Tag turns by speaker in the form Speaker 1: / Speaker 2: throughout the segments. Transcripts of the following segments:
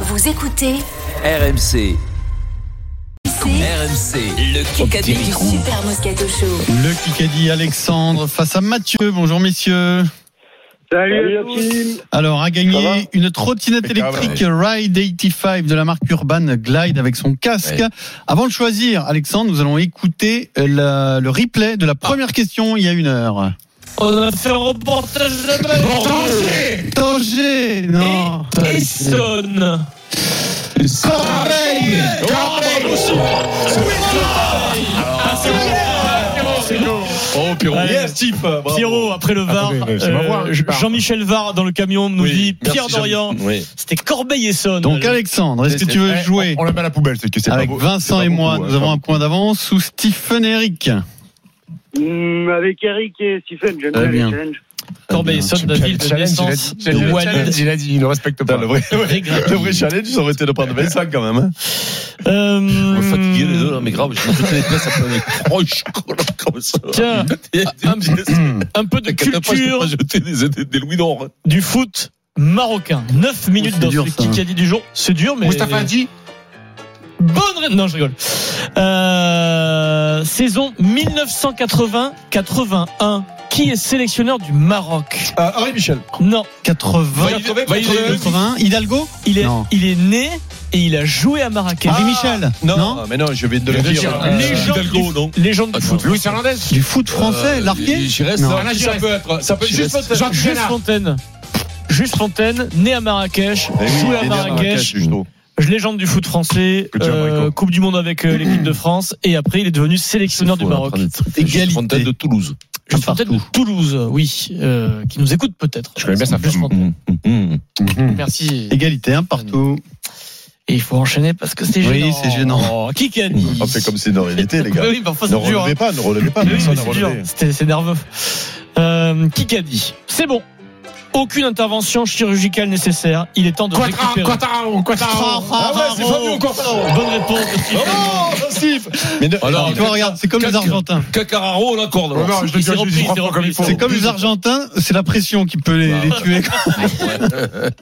Speaker 1: Vous écoutez
Speaker 2: RMC. RMC, le Kikadi
Speaker 1: le Super Moscato Show.
Speaker 3: Le Kikadi Alexandre face à Mathieu. Bonjour messieurs.
Speaker 4: Salut, à
Speaker 5: Salut
Speaker 4: tous.
Speaker 3: Alors à
Speaker 5: Ça va
Speaker 3: gagner une trottinette
Speaker 5: Impeccable.
Speaker 3: électrique Ride 85 de la marque Urban Glide avec son casque. Avant de choisir Alexandre, nous allons écouter la- le replay de la première question il y a une heure.
Speaker 6: On a fait un reportage de
Speaker 3: Danger Non
Speaker 6: la Essonne.
Speaker 5: Ah, Oh, Pierrot.
Speaker 6: Yes,
Speaker 5: type.
Speaker 6: Pierrot, après le VAR,
Speaker 5: Attendez, mais c'est ma voix,
Speaker 6: euh,
Speaker 5: je suis pas.
Speaker 6: Jean-Michel Var dans le camion nous dit Pierre Dorian,
Speaker 5: Oui.
Speaker 6: c'était Corbeil-Essonne.
Speaker 3: Donc Alexandre, est-ce que tu veux
Speaker 5: Eh,
Speaker 3: jouer
Speaker 5: On, on la met à la poubelle, c'est que c'est
Speaker 3: avec
Speaker 5: pas beau-
Speaker 3: Vincent
Speaker 5: c'est
Speaker 3: et
Speaker 5: pas
Speaker 3: moi
Speaker 5: beaucoup,
Speaker 3: Nous
Speaker 5: hein.
Speaker 3: avons un point d'avance sous Stephen et Eric.
Speaker 4: Hum, avec Eric et Stephen, j'aime
Speaker 3: Très
Speaker 4: bien
Speaker 3: bien.
Speaker 4: les challenges.
Speaker 6: Euh, Corbeil-Essonne, la ville de
Speaker 5: Challenge,
Speaker 6: naissance
Speaker 5: il a dit-
Speaker 6: de Walid.
Speaker 5: challenge, il a dit, il ne respecte pas. Le vrai,
Speaker 6: Régrat.
Speaker 5: challenge, ils sont restés de prendre 25 quand même. hein.
Speaker 6: Euh,
Speaker 5: mais grave, je me fais les places après les proches comme ça.
Speaker 6: Tiens, Ah, un peu de culture
Speaker 5: jeter des, des, des louis d'or.
Speaker 6: du foot marocain. 9 minutes
Speaker 5: Oh,
Speaker 3: c'est
Speaker 6: dans
Speaker 3: dur,
Speaker 6: ce
Speaker 3: ça.
Speaker 6: Kikadi du jour. C'est dur, mais.
Speaker 5: Moustapha Hadi
Speaker 6: Bonne ré- Non, je rigole. Euh, saison 1980-81. Qui est sélectionneur du Maroc
Speaker 5: euh, Henri Michel.
Speaker 6: Non,
Speaker 3: 80,
Speaker 5: Valide- valide-
Speaker 3: 80, Hidalgo
Speaker 6: il est,
Speaker 3: Non.
Speaker 6: il est né et il a joué à Marrakech. Ah.
Speaker 3: Henri Michel Non
Speaker 5: Ah, mais non, je vais te
Speaker 6: Je vais dire,
Speaker 5: hein.
Speaker 6: euh, Légende du- Légende du foot.
Speaker 5: Louis Fernandez
Speaker 3: Du foot
Speaker 7: Euh,
Speaker 5: Euh,
Speaker 3: français, l'arqué Non.
Speaker 7: hein.
Speaker 5: ça, ça peut être. Ça peut juste être. Jacques
Speaker 6: Juste
Speaker 5: Génard.
Speaker 6: Fontaine. Juste Fontaine, né à Marrakech,
Speaker 5: Eh oui,
Speaker 6: joué à
Speaker 5: il est né à
Speaker 6: Marrakech,
Speaker 5: Justement.
Speaker 6: légende du foot français,
Speaker 5: Que tu as,
Speaker 6: euh,
Speaker 5: Brico.
Speaker 6: Coupe du Monde avec euh, l'équipe de France, et après il est devenu sélectionneur du Maroc.
Speaker 3: Égalité.
Speaker 5: Toulouse.
Speaker 6: Juste Fontaine de Toulouse, oui, euh, qui nous écoute peut-être. Je
Speaker 5: connais bien sa
Speaker 6: Juste
Speaker 5: femme.
Speaker 6: Fontaine.
Speaker 5: hum,
Speaker 6: Merci.
Speaker 3: Égalité, un partout.
Speaker 6: Et il faut enchaîner parce que c'est
Speaker 3: Oui,
Speaker 6: gênant.
Speaker 3: c'est gênant.
Speaker 6: Oh, Qui gagne
Speaker 5: hum. On fait comme c'est une réalité, les gars.
Speaker 6: Oui, parfois
Speaker 5: Ne
Speaker 6: c'est dur. hein.
Speaker 5: relevez pas, ne relevez pas,
Speaker 6: Oui, mais
Speaker 5: personne n'a
Speaker 6: c'est dur.
Speaker 5: relevé.
Speaker 6: C'était- C'est nerveux. Euh, qui qu'a dit C'est bon. Aucune intervention chirurgicale nécessaire. Il est temps de récupérer.
Speaker 5: Quattaro, Quattaro. Ah ouais, c'est Fabio Quattaro.
Speaker 6: Bonne réponse. de Stephen.
Speaker 5: Oh, Steve Mais ne-
Speaker 8: Alors,
Speaker 3: Tu vois, regarde, c'est comme les Argentins.
Speaker 8: Cacararo, on accorde.
Speaker 5: Oh
Speaker 8: alors.
Speaker 5: non, je te
Speaker 6: Il s'est
Speaker 5: jure, je
Speaker 6: repris,
Speaker 5: dis
Speaker 6: il s'est
Speaker 5: trois fois comme il faut.
Speaker 6: repris.
Speaker 3: C'est comme les Argentins, c'est la pression qui peut les, les tuer.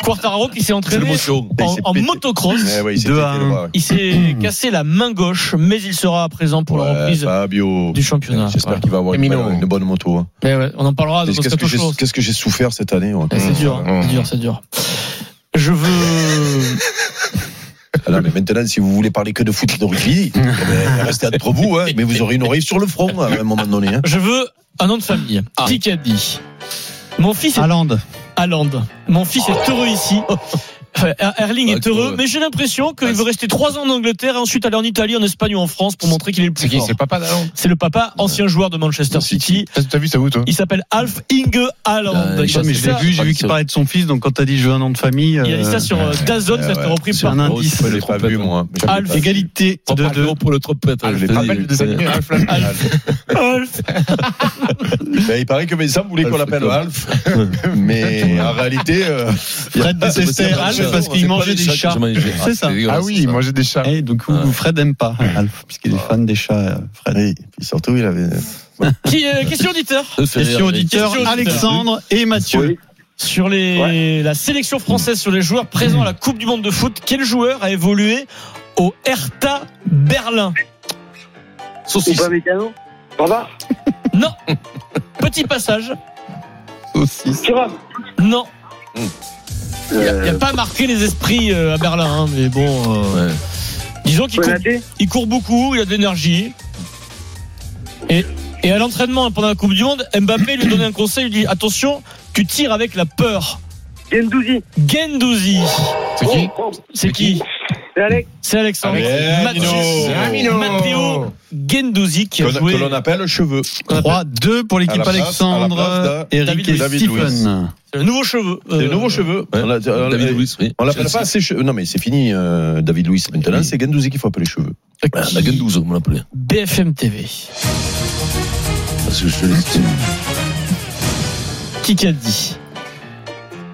Speaker 6: Quartararo qui s'est
Speaker 8: C'est le
Speaker 6: entraîné
Speaker 8: motion.
Speaker 5: Il
Speaker 6: en,
Speaker 5: s'est
Speaker 6: en
Speaker 5: pété.
Speaker 6: motocross.
Speaker 5: Eh ouais, il s'est
Speaker 3: Deux
Speaker 5: pété
Speaker 3: à
Speaker 5: le
Speaker 3: un.
Speaker 5: bras.
Speaker 6: Il s'est cassé la main gauche, mais il sera à présent pour
Speaker 5: Ouais,
Speaker 6: la reprise
Speaker 5: Fabio.
Speaker 6: du championnat. Ah,
Speaker 5: J'espère
Speaker 6: Ouais.
Speaker 5: qu'il va avoir une bonne une bonne moto. hein.
Speaker 6: Mais ouais, on en parlera dans
Speaker 5: Qu'est-ce
Speaker 6: notre
Speaker 5: que j'ai-
Speaker 6: show.
Speaker 5: Qu'est-ce que j'ai souffert cette année ouais.
Speaker 6: Eh, C'est dur, hein. c'est dur, c'est dur. Je veux.
Speaker 5: Alors, Ah mais maintenant, si vous voulez parler que de foot et de rugby, eh ben, restez entre vous, hein, mais vous aurez une oreille sur le front à un moment donné. hein.
Speaker 6: Je veux un nom de famille. Qui qu'a dit Mon fils est
Speaker 8: Euh,
Speaker 3: Allende.
Speaker 6: Hollande. Mon fils est heureux ici. Euh, Erling
Speaker 8: Ah,
Speaker 6: est
Speaker 8: cool.
Speaker 6: heureux, mais j'ai l'impression qu'il
Speaker 8: Ah,
Speaker 6: veut rester trois ans en Angleterre et ensuite aller en Italie, en Espagne ou en France pour montrer qu'il est le plus fort.
Speaker 5: papa d'Alain
Speaker 6: C'est le papa, ancien joueur de Manchester City.
Speaker 5: T'as vu ça où, toi
Speaker 6: Il s'appelle Alf Inge Haaland.
Speaker 8: Ah,
Speaker 6: Il
Speaker 8: ça,
Speaker 6: a
Speaker 3: mais
Speaker 6: dit
Speaker 3: je l'ai
Speaker 6: ça-
Speaker 3: vu, Bah, j'ai vu qu'il parlait de son fils, donc quand t'as dit je veux un nom de famille.
Speaker 6: Il a dit
Speaker 3: euh,
Speaker 6: ça sur euh, Dazone, ça
Speaker 5: ouais.
Speaker 6: s'est repris
Speaker 3: C'est un
Speaker 6: partout.
Speaker 8: Oh,
Speaker 3: indice.
Speaker 5: Je l'ai pas vu, moi. Je l'ai
Speaker 6: Alf.
Speaker 5: pas vu.
Speaker 3: Égalité
Speaker 8: On
Speaker 3: de
Speaker 8: parle
Speaker 3: deux.
Speaker 8: gros pour le trompette.
Speaker 5: Ah, je
Speaker 8: je
Speaker 5: l'ai
Speaker 8: te
Speaker 5: pas
Speaker 8: dis.
Speaker 5: vu, des animés, Alf,
Speaker 6: Alf.
Speaker 5: Ben, il paraît que Vincent voulait qu'on l'appelle Alf, mais en réalité, euh,
Speaker 3: Fred détestait
Speaker 8: C'est pas
Speaker 3: Alf
Speaker 8: des
Speaker 3: parce
Speaker 8: chats,
Speaker 3: qu'il
Speaker 8: c'est
Speaker 3: mangeait des
Speaker 8: pas des chats que
Speaker 3: chats.
Speaker 8: je mangeais. Ah,
Speaker 3: C'est ça.
Speaker 8: c'est dégueulasse, ça.
Speaker 5: mangeait des chats.
Speaker 3: Et du coup,
Speaker 8: Ouais. Ah.
Speaker 3: Fred aime pas Alf, puisqu'il est fan des chats, euh, Fred.
Speaker 5: Ah Oui, puis surtout, il avait.
Speaker 6: Qui, euh, question auditeur
Speaker 8: Ça fait
Speaker 3: Question
Speaker 8: rire, mais-
Speaker 3: auditeur,
Speaker 6: Question auditeur.
Speaker 3: Alexandre et Mathieu.
Speaker 4: Oui.
Speaker 6: sur les, la sélection française sur les joueurs présents à la Coupe du Monde de foot. Quel joueur a évolué au Hertha Berlin
Speaker 4: Ou
Speaker 8: Saucisse.
Speaker 4: pas mécano Bavard
Speaker 6: Non. Petit passage.
Speaker 3: Saucisse.
Speaker 4: Thuram
Speaker 6: Non. Euh. Il
Speaker 4: Euh,
Speaker 6: n'a pas marqué les esprits euh, à Berlin, hein, mais bon. euh,
Speaker 8: Ouais.
Speaker 6: Disons qu'il court,
Speaker 4: Konaté
Speaker 6: il court beaucoup, il a de l'énergie. Et, et à l'entraînement hein, pendant la Coupe du Monde, Mbappé lui donnait un conseil, il lui dit attention, tu tires avec la peur.
Speaker 4: Gendouzi
Speaker 6: Gendouzi,
Speaker 8: C'est qui
Speaker 4: Oh,
Speaker 6: c'est qui
Speaker 4: C'est Alex
Speaker 6: C'est Alexandre.
Speaker 5: Alex.
Speaker 6: Mathieu-
Speaker 5: Amino.
Speaker 6: Matteo Gendouzi qui
Speaker 5: Que
Speaker 6: a
Speaker 5: que
Speaker 6: joué.
Speaker 5: l'on appelle cheveux.
Speaker 3: 3-2 pour
Speaker 5: À
Speaker 3: l'équipe
Speaker 5: la place- à la
Speaker 3: Alexandre,
Speaker 5: place
Speaker 3: Eric
Speaker 6: David
Speaker 3: et
Speaker 6: Luiz.
Speaker 5: David
Speaker 3: Stephen.
Speaker 6: C'est le nouveau cheveu. euh,
Speaker 5: Les nouveaux cheveux.
Speaker 8: Ouais.
Speaker 5: On l'a- on l'a-
Speaker 8: David Luiz, oui.
Speaker 5: On l'appelle
Speaker 8: Chelsea.
Speaker 5: pas assez cheveux. Non, mais c'est fini, euh, David Louis. Maintenant, c'est Gendouzi qu'il faut appeler cheveux.
Speaker 8: Ah, La Gendouze, on l'appelait.
Speaker 6: BFM TV.
Speaker 8: Parce que je te l'estime.
Speaker 6: Qui qu'a dit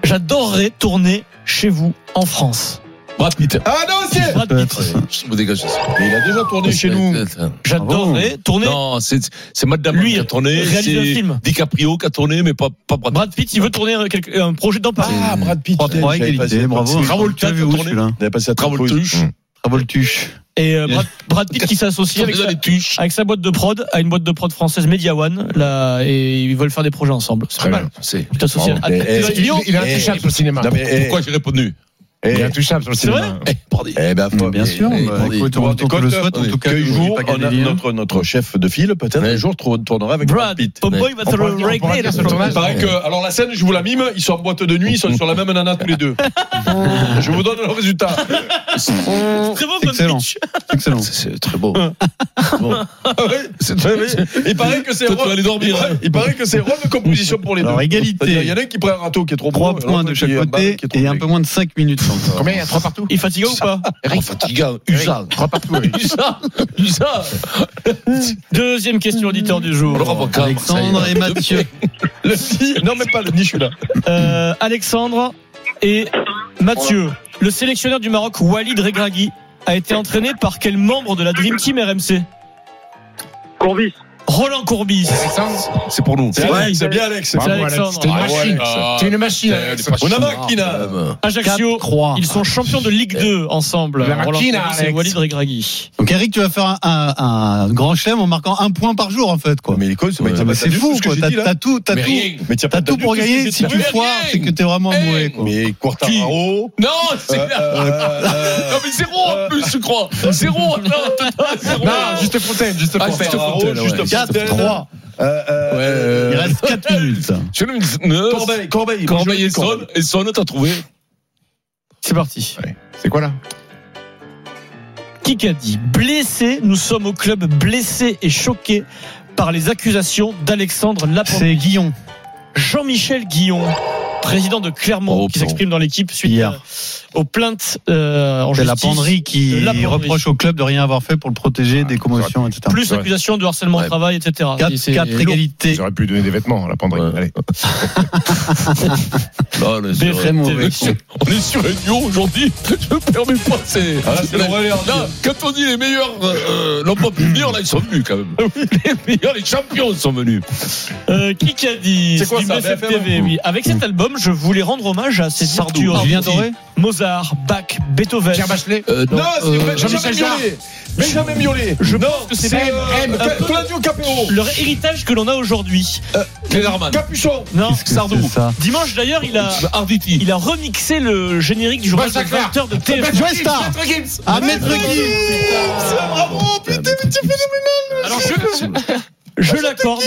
Speaker 6: J'adorerais tourner chez vous en France.
Speaker 8: Brad Pitt.
Speaker 5: Ah non, c'est.
Speaker 6: Brad Pitt.
Speaker 8: Je me dégage.
Speaker 5: Mais il a déjà tourné chez nous. Ah
Speaker 6: J'adorerais tourner.
Speaker 8: Non, c'est c'est Matt Damon
Speaker 6: Lui,
Speaker 8: qui a tourné,
Speaker 6: réalise un
Speaker 8: c'est
Speaker 6: film.
Speaker 8: DiCaprio qui a tourné, mais pas pas Brad.
Speaker 6: Brad Pitt, il veut tourner un, quelque- un projet dans Paris.
Speaker 5: Ah, Brad Pitt.
Speaker 3: 3-3 égalité, bravo.
Speaker 8: Travolta,
Speaker 3: T'as vu où
Speaker 8: tourné.
Speaker 3: celui-là
Speaker 5: On avait passé à
Speaker 8: Travoltuche.
Speaker 3: Travoltuche.
Speaker 6: Et euh, Brad, Brad Pitt qui s'associe avec,
Speaker 8: Déjà
Speaker 6: sa-
Speaker 8: les tuches.
Speaker 6: avec sa boîte de prod à une boîte de prod française Media One là, et ils veulent faire des projets ensemble. C'est pas mal.
Speaker 8: C'est.
Speaker 6: Tu t'associes
Speaker 8: Bravo.
Speaker 6: à- à-
Speaker 5: Eh,
Speaker 6: à- Lyon.
Speaker 9: Il est intouchable sur le cinéma.
Speaker 5: Non, mais, eh,
Speaker 8: Pourquoi j'ai répondu
Speaker 5: eh,
Speaker 9: Il est intouchable sur le
Speaker 6: C'est vrai
Speaker 9: cinéma.
Speaker 8: Eh, pardon.
Speaker 5: eh ben, faut-
Speaker 3: Bien
Speaker 5: eh,
Speaker 3: sûr,
Speaker 8: eh,
Speaker 3: bah,
Speaker 8: attendez,
Speaker 3: écoute,
Speaker 5: vous vous
Speaker 3: on
Speaker 5: rendez
Speaker 3: on te le
Speaker 5: compte,
Speaker 3: souhaite, en
Speaker 8: attendez,
Speaker 3: tout cas,
Speaker 5: Quel
Speaker 3: que
Speaker 5: jour
Speaker 3: Paganelli,
Speaker 5: on
Speaker 3: hein.
Speaker 5: a notre, notre chef de file, peut-être
Speaker 8: Ouais.
Speaker 5: un jour tour- tournera avec
Speaker 6: Brad,
Speaker 5: Brad Pitt.
Speaker 6: Popo, il va te le
Speaker 9: on pourra dire ce
Speaker 6: régler.
Speaker 9: tournage.
Speaker 7: Il paraît que, alors la scène, je vous la mime, ils sont en boîte de nuit, ils sont sur la même nana tous les deux. Je vous donne le résultat.
Speaker 6: Très bon comme
Speaker 3: Excellent.
Speaker 6: Bah, pitch.
Speaker 3: Excellent.
Speaker 8: C'est- C'est très beau.
Speaker 7: C'est très bien. Il paraît que c'est
Speaker 8: Toi, tu vas aller dormir.
Speaker 7: Il paraît- Il paraît que c'est rôle de composition pour les deux.
Speaker 3: Alors,
Speaker 7: C'est-à-dire, Il y en
Speaker 3: égalité.
Speaker 7: a un qui prend un râteau qui est trop
Speaker 3: 3
Speaker 7: beau,
Speaker 3: points
Speaker 7: l'autre
Speaker 3: de
Speaker 7: qui
Speaker 3: chaque
Speaker 7: est un bas
Speaker 3: côté
Speaker 7: qui est trop
Speaker 3: et un
Speaker 7: maigre.
Speaker 3: peu moins de 5 minutes encore.
Speaker 9: Combien Il y a trois partout
Speaker 6: Il est fatigué ou pas
Speaker 8: Eric fatigant, usant.
Speaker 9: Trois partout. oui.
Speaker 8: Usant, usant.
Speaker 6: Deuxième question auditeur du jour.
Speaker 8: Le avocat,
Speaker 3: Alexandre
Speaker 8: ça y
Speaker 3: et
Speaker 8: est.
Speaker 3: Mathieu.
Speaker 7: Le petit- Non, même pas le niche là.
Speaker 6: Euh, Alexandre et Mathieu. Le sélectionneur du Maroc, Walid Regragui, a été entraîné par quel membre de la Dream Team RMC
Speaker 4: Courbis.
Speaker 6: Roland Courbis.
Speaker 9: Alexandre,
Speaker 8: C'est pour nous.
Speaker 7: C'est
Speaker 6: vrai.
Speaker 7: Alex, c'est bien Alex.
Speaker 6: C'est
Speaker 9: Bravo,
Speaker 6: Alexandre.
Speaker 9: Alex. T'es une
Speaker 7: Ah ouais,
Speaker 9: machine.
Speaker 7: ah.
Speaker 9: T'es une machine, Alex.
Speaker 7: On a
Speaker 9: Ah, bah.
Speaker 7: Makina.
Speaker 8: Euh,
Speaker 6: Ajaccio.
Speaker 3: 3.
Speaker 6: Ils sont champions de Ligue 2 ensemble.
Speaker 9: La
Speaker 6: Roland
Speaker 9: machine,
Speaker 6: Courbis et
Speaker 9: Alex.
Speaker 6: Walid Regragui.
Speaker 3: Donc Eric, tu vas faire un, un- un grand chelem en marquant un point par jour en fait quoi.
Speaker 5: Mais il est con, ce mec.
Speaker 3: Ah,
Speaker 5: t'as
Speaker 3: mais
Speaker 5: pas
Speaker 3: c'est
Speaker 5: entendu
Speaker 3: fou
Speaker 5: ce que
Speaker 3: quoi.
Speaker 5: j'ai
Speaker 3: T'as
Speaker 5: dit, là
Speaker 3: t'as tout, t'as
Speaker 8: Mais
Speaker 3: tout,
Speaker 8: rien.
Speaker 5: Mais t'as
Speaker 3: t'as tout pour gagner. Si tu
Speaker 8: Mais
Speaker 3: foires,
Speaker 8: rien.
Speaker 3: c'est que t'es vraiment
Speaker 8: Eh,
Speaker 3: mauvais quoi.
Speaker 5: Mais Quartararo.
Speaker 8: Non, c'est
Speaker 5: euh, euh,
Speaker 8: Non, mais zéro en plus, je crois. Zéro, non, non, zéro.
Speaker 9: Non, juste Fontaine, juste
Speaker 8: Ah,
Speaker 9: Fontaine.
Speaker 8: juste
Speaker 7: Quartararo,
Speaker 8: Fontaine, ouais.
Speaker 7: juste
Speaker 8: Quatre,
Speaker 7: Fontaine.
Speaker 3: Trois.
Speaker 5: euh, euh,
Speaker 3: Il
Speaker 8: Ouais.
Speaker 3: reste 4 minutes.
Speaker 8: Je le mets-
Speaker 7: Corbeil, Corbeil.
Speaker 8: Corbeil et Son. Et Son, t'as trouvé
Speaker 6: C'est parti.
Speaker 9: C'est quoi là
Speaker 6: Qui qu'a dit Blessé, nous sommes au club blessé et choqué par les accusations d'Alexandre Laporte.
Speaker 3: C'est Guillon.
Speaker 6: Jean-Michel Guillon, président de Clermont,
Speaker 8: Oh,
Speaker 6: qui
Speaker 8: bon.
Speaker 6: s'exprime dans l'équipe suite
Speaker 3: Hier.
Speaker 6: euh, aux plaintes euh, en
Speaker 3: C'est la
Speaker 6: justice.
Speaker 3: penderie qui
Speaker 6: La penderie.
Speaker 3: reproche au club de rien avoir fait pour le protéger des commotions, etc.
Speaker 6: Plus l'accusation de harcèlement au
Speaker 8: Ouais.
Speaker 6: travail, etc. Et
Speaker 3: 4,
Speaker 6: c'est
Speaker 3: 4
Speaker 6: lourd.
Speaker 3: égalités.
Speaker 9: J'aurais pu donner des vêtements à la penderie.
Speaker 8: Ouais.
Speaker 9: Allez.
Speaker 7: Oh,
Speaker 8: Non, non,
Speaker 6: Des
Speaker 8: c'est
Speaker 3: Très
Speaker 8: vrai.
Speaker 3: mauvais.
Speaker 8: On est sur un duo aujourd'hui, je me permets pas. C'est.
Speaker 7: Ah, là, c'est le relais, hein.
Speaker 8: Là, quand on dit les meilleurs, euh, l'homme pas venir, là, ils sont venus quand même. Les meilleurs, les champions sont venus.
Speaker 6: Euh, qui qui a dit
Speaker 7: C'est quoi
Speaker 6: du
Speaker 7: ça,
Speaker 6: BFM
Speaker 7: BFM?
Speaker 6: TV, oui. Avec cet album, je voulais rendre hommage à ces virtuoses.
Speaker 3: Julien Doré
Speaker 6: Mozart, Bach, Beethoven.
Speaker 9: Pierre Bachelet.
Speaker 8: Euh,
Speaker 7: Non, c'est
Speaker 8: euh,
Speaker 7: vrai,
Speaker 9: Jean-Michel
Speaker 7: Benjamin
Speaker 9: Jarre.
Speaker 7: Biolay. Benjamin Biolay.
Speaker 6: Je
Speaker 7: Non,
Speaker 6: pense que c'est
Speaker 7: c'est
Speaker 6: même
Speaker 7: euh,
Speaker 6: un peu-
Speaker 7: Claudio Capéo.
Speaker 6: Leur héritage que l'on a aujourd'hui.
Speaker 8: Kellerman.
Speaker 7: Capuchon.
Speaker 6: Non,
Speaker 3: Qu'est-ce que c'est ça
Speaker 6: Dimanche d'ailleurs, il a,
Speaker 8: Arditi.
Speaker 6: il a remixé le générique du journal de
Speaker 9: Massacre.
Speaker 6: 20h de
Speaker 9: Bien
Speaker 6: TF1.
Speaker 9: joué,
Speaker 3: West Ham.
Speaker 9: Maître Gims.
Speaker 3: Ah, maître Guillon
Speaker 7: Bravo, putain, mais tu fais
Speaker 6: Alors je, je l'accorde,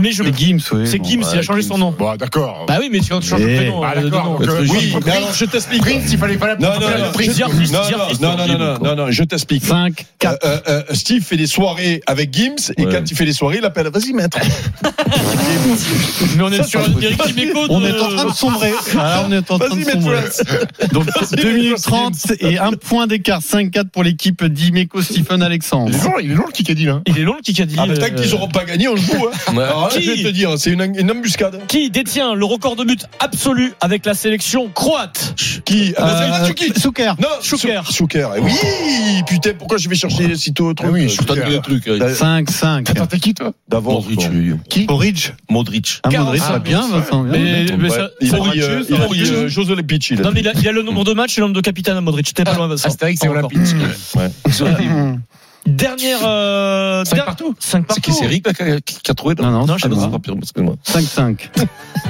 Speaker 6: mais je.
Speaker 3: C'est Gims, oui.
Speaker 6: C'est
Speaker 3: bon.
Speaker 6: Gims, il a changé son nom.
Speaker 9: Bon, d'accord.
Speaker 6: Bah oui, mais quand tu changes
Speaker 3: Eh.
Speaker 6: de
Speaker 7: hein.
Speaker 6: prénom.
Speaker 9: Ah,
Speaker 6: euh, de nom.
Speaker 9: d'accord. ok.
Speaker 8: Maître
Speaker 9: Oui,
Speaker 7: Oui, mais alors je t'explique.
Speaker 9: Prince, il fallait pas la
Speaker 7: Non, non,
Speaker 9: la-
Speaker 7: non,
Speaker 6: Prince,
Speaker 7: je-
Speaker 6: artiste,
Speaker 7: non,
Speaker 6: artiste
Speaker 7: non, non, non,
Speaker 8: horrible,
Speaker 7: non,
Speaker 8: quoi.
Speaker 7: non, non, je t'explique.
Speaker 3: 5, 4.
Speaker 7: Euh, euh, euh, Steve fait des soirées avec Gims et
Speaker 8: Ouais.
Speaker 7: quand il fait des soirées, il appelle Vas-y, maître.
Speaker 6: Mais on est sur un Eric Dimeco.
Speaker 3: On est en train de
Speaker 6: euh,
Speaker 3: sombrer. Ah, on est en train de
Speaker 7: Vas-y, maître.
Speaker 3: sombrer.
Speaker 7: West.
Speaker 3: Donc
Speaker 7: Vas-y,
Speaker 3: 2 minutes
Speaker 7: Maître
Speaker 3: 30 et un point d'écart. 5-4 pour l'équipe d'Imeco, Stephen, Alexandre.
Speaker 9: Il est long, il est long le Kikadi là.
Speaker 6: Il est long le Kikadi.
Speaker 7: Ah, mais tant
Speaker 6: euh,
Speaker 7: qu'ils n'auront pas gagné, on joue. Hein. Alors là,
Speaker 6: Qui
Speaker 7: je vais te dire, c'est une, une embuscade. hein.
Speaker 6: Qui détient le record de but absolu avec la sélection croate
Speaker 7: Qui Ah, bah, c'est
Speaker 3: Euh,
Speaker 7: Mandzukic.
Speaker 3: Souker.
Speaker 7: Non,
Speaker 6: Schuker.
Speaker 7: Sou- Schuker. Eh Oui, putain, pourquoi je vais chercher si tôt autre
Speaker 9: Ah oui,
Speaker 7: euh,
Speaker 9: je
Speaker 8: Je t'en donne des trucs. hein.
Speaker 3: 5, 5.
Speaker 9: Attends, t'es qui toi
Speaker 7: D'abord,
Speaker 8: Modric.
Speaker 7: quoi.
Speaker 8: oui.
Speaker 3: Orridge.
Speaker 8: Modric.
Speaker 3: Un
Speaker 6: Quarante-
Speaker 3: Modric, ça
Speaker 6: Ah,
Speaker 3: va bien, Vincent. bien.
Speaker 6: Mais, mais
Speaker 7: Ouais,
Speaker 6: ça,
Speaker 7: il
Speaker 6: ça
Speaker 7: a pris,
Speaker 6: aurait
Speaker 7: euh,
Speaker 6: dû-
Speaker 7: il
Speaker 6: ça
Speaker 7: a
Speaker 6: aurait
Speaker 7: pris
Speaker 6: dû-
Speaker 7: euh, José Lepic. il a
Speaker 6: Non,
Speaker 7: dit.
Speaker 6: mais il a, il a le nombre de matchs et le nombre de capitaines à Modric. T'es
Speaker 3: Ah,
Speaker 6: pas loin, Vincent.
Speaker 9: Astérix et
Speaker 6: Pas encore.
Speaker 9: Olympique.
Speaker 6: Dernière. Euh,
Speaker 9: Cinq
Speaker 6: der-
Speaker 9: partout.
Speaker 6: cinq
Speaker 8: C'est qui
Speaker 6: partout.
Speaker 8: c'est Eric là, qui a- qui qui a trouvé là
Speaker 3: Non, non,
Speaker 6: Non,
Speaker 3: non,
Speaker 6: je sais
Speaker 8: Ah non,
Speaker 6: pas.
Speaker 8: c'est pas pire, excuse-moi.
Speaker 3: 5-5.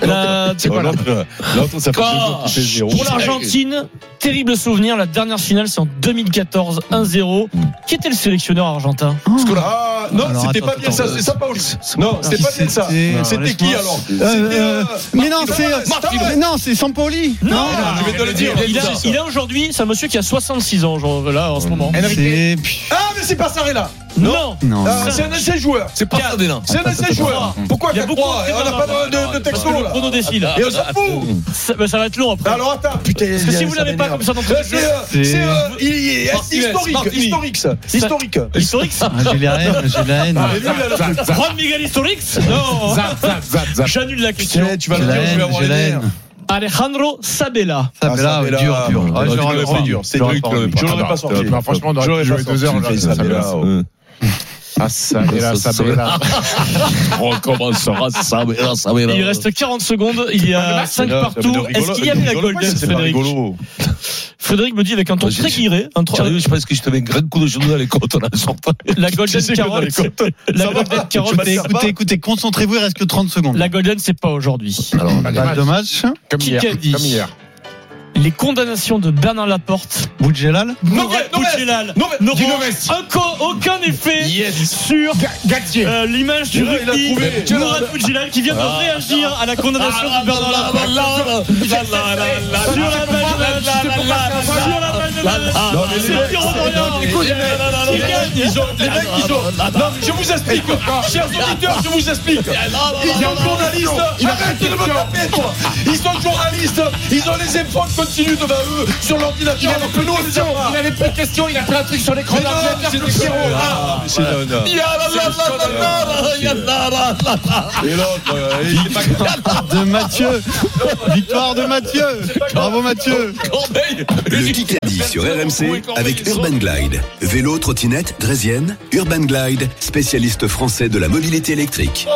Speaker 6: La-
Speaker 9: C'est
Speaker 7: Oh,
Speaker 9: quoi là
Speaker 7: L'autre, euh, l'autre, ça fait deux jours qu'il fait zéro.
Speaker 6: Pour l'Argentine, terrible souvenir. La dernière finale, c'est en 2014, 1-0. Qui était le sélectionneur argentin
Speaker 7: Ah, non,
Speaker 3: Alors,
Speaker 7: c'était
Speaker 3: attends,
Speaker 7: pas bien ça,
Speaker 3: attends,
Speaker 7: euh, c'est ça, Paul. Non, c'était pas bien ça.
Speaker 3: C'était-
Speaker 7: C'était qui alors
Speaker 3: Euh, euh, mais non, c'est.
Speaker 7: Martino.
Speaker 3: Mais non, c'est Sampoli.
Speaker 7: Ah, Je vais te le dire.
Speaker 6: Il a, il a aujourd'hui, c'est un monsieur qui a 66 ans, genre, là, en ce moment.
Speaker 3: C'est.
Speaker 7: Ah, mais c'est pas Sarrela.
Speaker 6: Non,
Speaker 3: Non.
Speaker 7: Ah, C'est un ancien joueur.
Speaker 8: C'est pas ça, Délan.
Speaker 7: C'est un ancien joueur. Pourquoi
Speaker 6: Il y a
Speaker 7: t'as
Speaker 6: beaucoup
Speaker 7: trois On n'a
Speaker 6: d'entraîneurs,
Speaker 7: pas
Speaker 6: là.
Speaker 7: de- de de
Speaker 6: Parce que
Speaker 7: texto
Speaker 6: le
Speaker 7: là.
Speaker 6: chrono défile.
Speaker 7: Et on s'en fout. Ah,
Speaker 6: Ça, bah, ça va être long après.
Speaker 7: Alors attends, putain.
Speaker 6: Parce que si vous l'avez pas comme ça dans
Speaker 7: Euh, C'est euh, c'est, euh, il est
Speaker 6: Martinez,
Speaker 7: historique,
Speaker 6: Martinez.
Speaker 7: historique ça, historique.
Speaker 6: Historique
Speaker 3: Ah, J'ai la haine, j'ai la haine.
Speaker 7: Et lui, il a la-
Speaker 6: Juan Miguel Historique Non
Speaker 9: Zap, zap, zap, zap.
Speaker 6: J'annule la question.
Speaker 7: Tiens, tu vas
Speaker 3: J'ai
Speaker 7: le
Speaker 3: la
Speaker 7: dire, je vais
Speaker 3: haine,
Speaker 7: avoir
Speaker 3: j'ai
Speaker 7: les
Speaker 3: la
Speaker 7: nerfs.
Speaker 3: haine.
Speaker 6: Alejandro Sabella.
Speaker 3: Ça,
Speaker 5: Ah,
Speaker 3: mais
Speaker 5: ça,
Speaker 3: là,
Speaker 5: mais là,
Speaker 3: dur, dur.
Speaker 5: non,
Speaker 7: Ah,
Speaker 3: Ouais,
Speaker 5: tu
Speaker 3: je l'aurais
Speaker 5: l'aurais
Speaker 3: pas.
Speaker 5: fait dur. C'est
Speaker 3: Je l'aurais
Speaker 5: dur,
Speaker 3: pas.
Speaker 5: tu l'aurais
Speaker 3: Je l'aurais
Speaker 5: pas.
Speaker 3: pas sorti.
Speaker 5: Ah,
Speaker 9: Bah, franchement, on
Speaker 5: J'aurais
Speaker 9: aurait pu jouer
Speaker 5: pas
Speaker 9: deux heures.
Speaker 5: sorti,
Speaker 9: là,
Speaker 5: Faïs
Speaker 9: ça
Speaker 5: Sabella,
Speaker 9: me-
Speaker 5: ouais.
Speaker 7: oh.
Speaker 9: Ah, ça, mais là, ça, mais là.
Speaker 8: On recommencera ça, mais là, ça, mais là.
Speaker 6: Il reste 40 secondes, il y a 5
Speaker 7: là, ça veut
Speaker 6: partout.
Speaker 7: dire
Speaker 6: Est-ce
Speaker 7: rigolo-
Speaker 6: qu'il y avait la
Speaker 7: rigolo,
Speaker 6: Golden,
Speaker 7: C'est pas
Speaker 6: Frédéric
Speaker 7: rigolo.
Speaker 6: Frédéric me dit avec un ton
Speaker 8: Moi, j'ai-
Speaker 6: très guiré, un trois-
Speaker 8: Sérieux, je pense que je te mets un grand coup de genou dans les côtes là, en sortant.
Speaker 6: la Golden
Speaker 7: sais que dans les
Speaker 6: Carotte. La Golden Carotte,
Speaker 3: Écoutez, écoutez, écoutez, concentrez-vous, il reste que 30 secondes.
Speaker 6: la Golden, c'est pas aujourd'hui.
Speaker 9: Alors, bah,
Speaker 3: Balle de
Speaker 9: dommage.
Speaker 3: match,
Speaker 9: Comme hier.
Speaker 6: Kikadi.
Speaker 9: Comme hier.
Speaker 6: Les condamnations de Bernard Laporte,
Speaker 3: Boudjelal.
Speaker 6: Mourad Boudjelal, n'auront encore aucun effet sur
Speaker 9: Gatier.
Speaker 6: euh, l'image du
Speaker 7: là, il a
Speaker 6: rugby.
Speaker 7: trouvé.
Speaker 6: Mourad Boudjelal qui vient de réagir à la condamnation de Bernard Laporte. Sur la balle de match, sur la balle de match, c'est Pierrot Dorian. Il gagne.
Speaker 7: Les mecs, ils ont. Ah, Non, je vous explique. Chers auditeurs, je vous explique. Ils sont journalistes. Arrête de me taper, toi. Ils sont journalistes. Ils ont les épaules continues devant eux sur l'ordinateur. Alors que nous, on les a pas.
Speaker 9: avait plus de questions, il a fait un truc sur l'écran.
Speaker 7: Mais non, c'est des
Speaker 9: Pierrot.
Speaker 7: cons. Ah, c'est un- Et l'autre, euh, il est pas
Speaker 3: de Mathieu. Victoire de Mathieu. Bravo Mathieu.
Speaker 10: Le Kikadi sur RMC avec Urban Glide. Vélo, trottinette, draisienne, Urban Glide, spécialiste français de la mobilité électrique.